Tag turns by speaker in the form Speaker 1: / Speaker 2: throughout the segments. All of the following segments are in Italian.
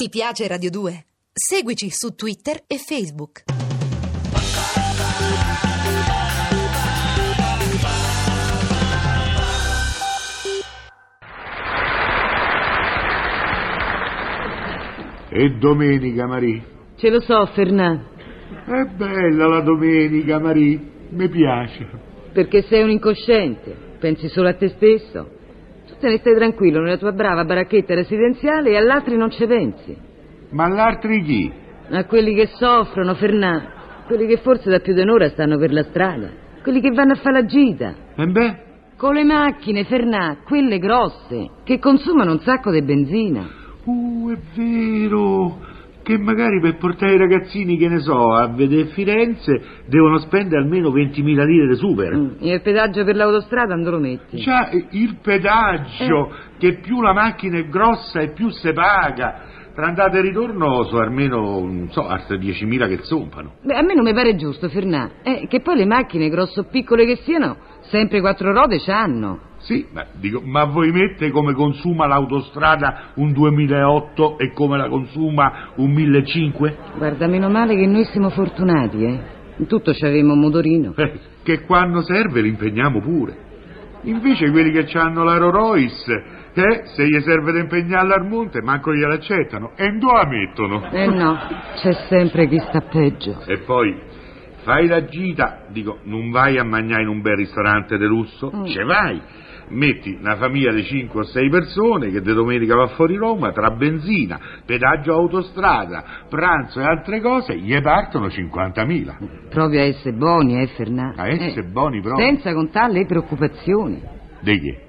Speaker 1: Ti piace Radio 2? Seguici su Twitter e Facebook.
Speaker 2: E domenica, Marie?
Speaker 3: Ce lo so, Fernà,
Speaker 2: È bella la domenica, Marie. Mi piace.
Speaker 3: perché sei un incosciente, pensi solo a te stesso. Tu te ne stai tranquillo nella tua brava baracchetta residenziale e all'altri non ci pensi.
Speaker 2: Ma l'altri chi?
Speaker 3: A quelli che soffrono, Fernà, quelli che forse da più di un'ora stanno per la strada, quelli che vanno a fare la gita.
Speaker 2: E Eh beh,
Speaker 3: Con le macchine, Fernà, quelle grosse, che consumano un sacco di benzina.
Speaker 2: uh, è vero. Che magari per portare i ragazzini, che ne so, a vedere Firenze devono spendere almeno 20.000 lire super.
Speaker 3: Mm, E il pedaggio per l'autostrada non lo metti.
Speaker 2: Già eh, il pedaggio, che più la macchina è grossa e più se paga. Tra andata e ritorno sono almeno, non so, altre 10.000 che zompano.
Speaker 3: Beh, a me non mi pare giusto, Fernà, eh, che poi le macchine, grosso o piccole che siano, sempre quattro rode c'hanno.
Speaker 2: Sì, ma, dico, ma voi mette come consuma l'autostrada un 2008 e come la consuma un 1500?
Speaker 3: Guarda, meno male che noi siamo fortunati, eh. In tutto ci avevamo un motorino.
Speaker 2: Eh, che quando serve li impegniamo pure. Invece quelli che hanno la Rolls Royce, eh, se gli serve da impegnarla al monte, manco gliela accettano e non la mettono.
Speaker 3: Eh no, c'è sempre chi sta peggio.
Speaker 2: E poi fai la gita, dico, non vai a mangiare in un bel ristorante di lusso? Ce vai. Metti una famiglia di 5 o 6 persone che di domenica va fuori Roma tra benzina, pedaggio autostrada, pranzo e altre cose, gli partono 50.000.
Speaker 3: Proprio a essere buoni, Mm. eh, Fernà.
Speaker 2: A essere buoni proprio.
Speaker 3: Senza contare le preoccupazioni.
Speaker 2: Di che?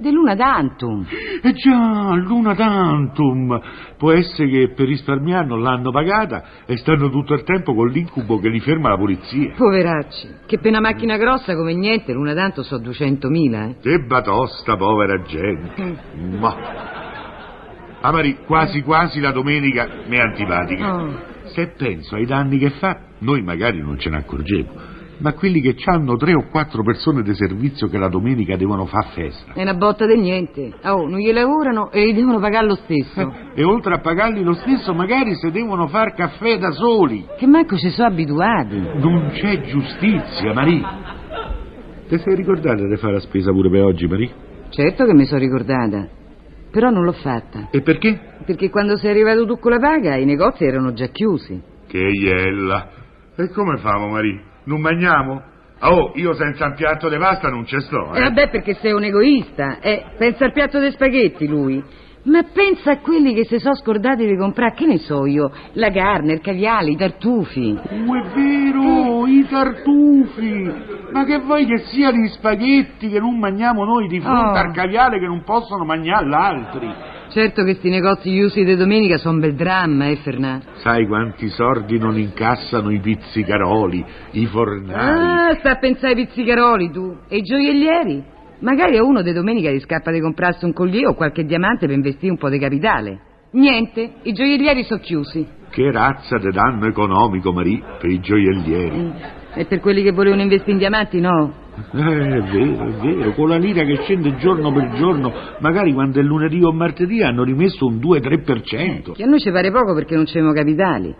Speaker 3: De l'una tantum.
Speaker 2: E Eh già, l'una tantum. Può essere che per risparmiare non l'hanno pagata e stanno tutto il tempo con l'incubo che li ferma la polizia.
Speaker 3: Poveracci, che per una macchina grossa come niente, l'una tanto so 200.000, eh.
Speaker 2: Che batosta, povera gente. Ma. Ah, Marie, quasi quasi la domenica mi è antipatica.
Speaker 3: Oh.
Speaker 2: Se penso ai danni che fa, noi magari non ce ne accorgevo. Ma quelli che hanno tre o quattro persone di servizio che la domenica devono far festa.
Speaker 3: È una botta di niente. Oh, non gli lavorano e gli devono pagare lo stesso.
Speaker 2: E oltre a pagarli lo stesso, magari se devono far caffè da soli.
Speaker 3: Che manco ci sono abituati.
Speaker 2: Non c'è giustizia, Marie. Ti sei ricordata di fare la spesa pure per oggi, Marie?
Speaker 3: Certo che mi sono ricordata, però non l'ho fatta.
Speaker 2: E perché?
Speaker 3: Perché quando sei arrivato tu con la paga i negozi erano già chiusi.
Speaker 2: Che iella! E come famo, Marì? Non mangiamo? Oh, io senza un piatto di pasta non ci sto, eh.
Speaker 3: E Eh, vabbè perché sei un egoista, eh, pensa al piatto dei spaghetti lui. Ma pensa a quelli che si sono scordati di comprare, che ne so io, la carne, il caviale, i tartufi.
Speaker 2: Uh, è vero, i tartufi! Ma che vuoi che sia gli spaghetti che non mangiamo noi di fronte
Speaker 3: Oh.
Speaker 2: al caviale che non possono mangiare l'altri?
Speaker 3: Certo che sti negozi chiusi di domenica sono un bel dramma, eh, Fernà.
Speaker 2: Sai quanti soldi non incassano i pizzicaroli, i fornali?
Speaker 3: Ah, sta a pensare ai pizzicaroli tu. E i gioiellieri? Magari a uno di domenica gli scappa di comprarsi un collier o qualche diamante per investire un po' di capitale. Niente, i gioiellieri sono chiusi.
Speaker 2: Che razza di danno economico, Marì, per i gioiellieri?
Speaker 3: Mm, E per quelli che volevano investire in diamanti, no.
Speaker 2: Eh, è vero, è vero, con la lira che scende giorno per giorno, magari quando è lunedì o martedì hanno rimesso un 2-3%.
Speaker 3: Che a noi ci pare poco perché non c'erano capitali.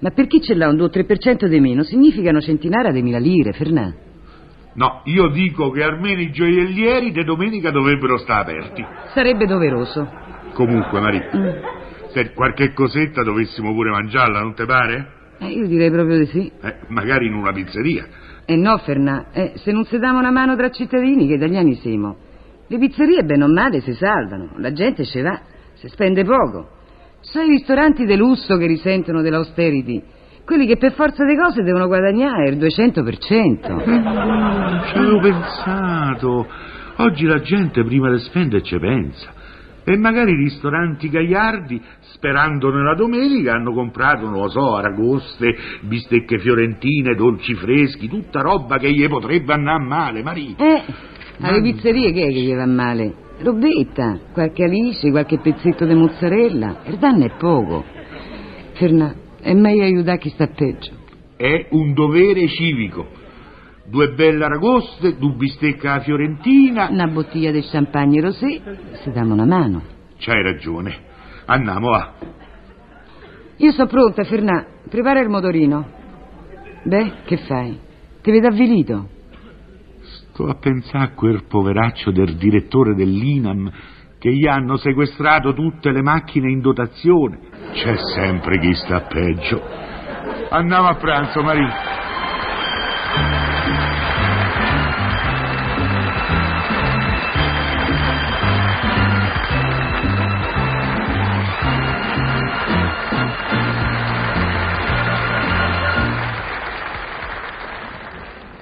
Speaker 3: Ma per chi ce l'ha un 2-3% di meno significano centinaia di mila lire, Fernà.
Speaker 2: No, io dico che almeno i gioiellieri di domenica dovrebbero stare aperti.
Speaker 3: Sarebbe doveroso.
Speaker 2: Comunque, Maria, se qualche cosetta dovessimo pure mangiarla, non te pare?
Speaker 3: Eh, io direi proprio di sì.
Speaker 2: Eh, magari in una pizzeria.
Speaker 3: Eh no, Fernà, eh, se non si dava una mano tra cittadini, che italiani siamo. Le pizzerie, bene o male, si salvano, la gente ce va, si spende poco. Sono i ristoranti de lusso che risentono dell'austerity, quelli che per forza di cose devono guadagnare il 200%.
Speaker 2: Non ci avevo pensato. Oggi la gente prima di spendere ci pensa. E magari i ristoranti gagliardi, sperando nella domenica, hanno comprato, non lo so, aragoste, bistecche fiorentine, dolci freschi, tutta roba che gli potrebbe andare male, Maria.
Speaker 3: Eh, alle pizzerie che è che gli va male? Robetta, qualche alice, qualche pezzetto di mozzarella, il danno è poco. Fernà, è meglio aiutare chi sta peggio.
Speaker 2: È un dovere civico. Due belle aragoste, due bistecche alla fiorentina.
Speaker 3: Una bottiglia di champagne rosé, si dà una mano.
Speaker 2: C'hai ragione. Andiamo, va.
Speaker 3: Io sono pronta, Fernà. Prepara il motorino. Beh, che fai? Ti vedo avvilito.
Speaker 2: Sto a pensare a quel poveraccio del direttore dell'INAM che gli hanno sequestrato tutte le macchine in dotazione. C'è sempre chi sta peggio. Andiamo a pranzo, Maria.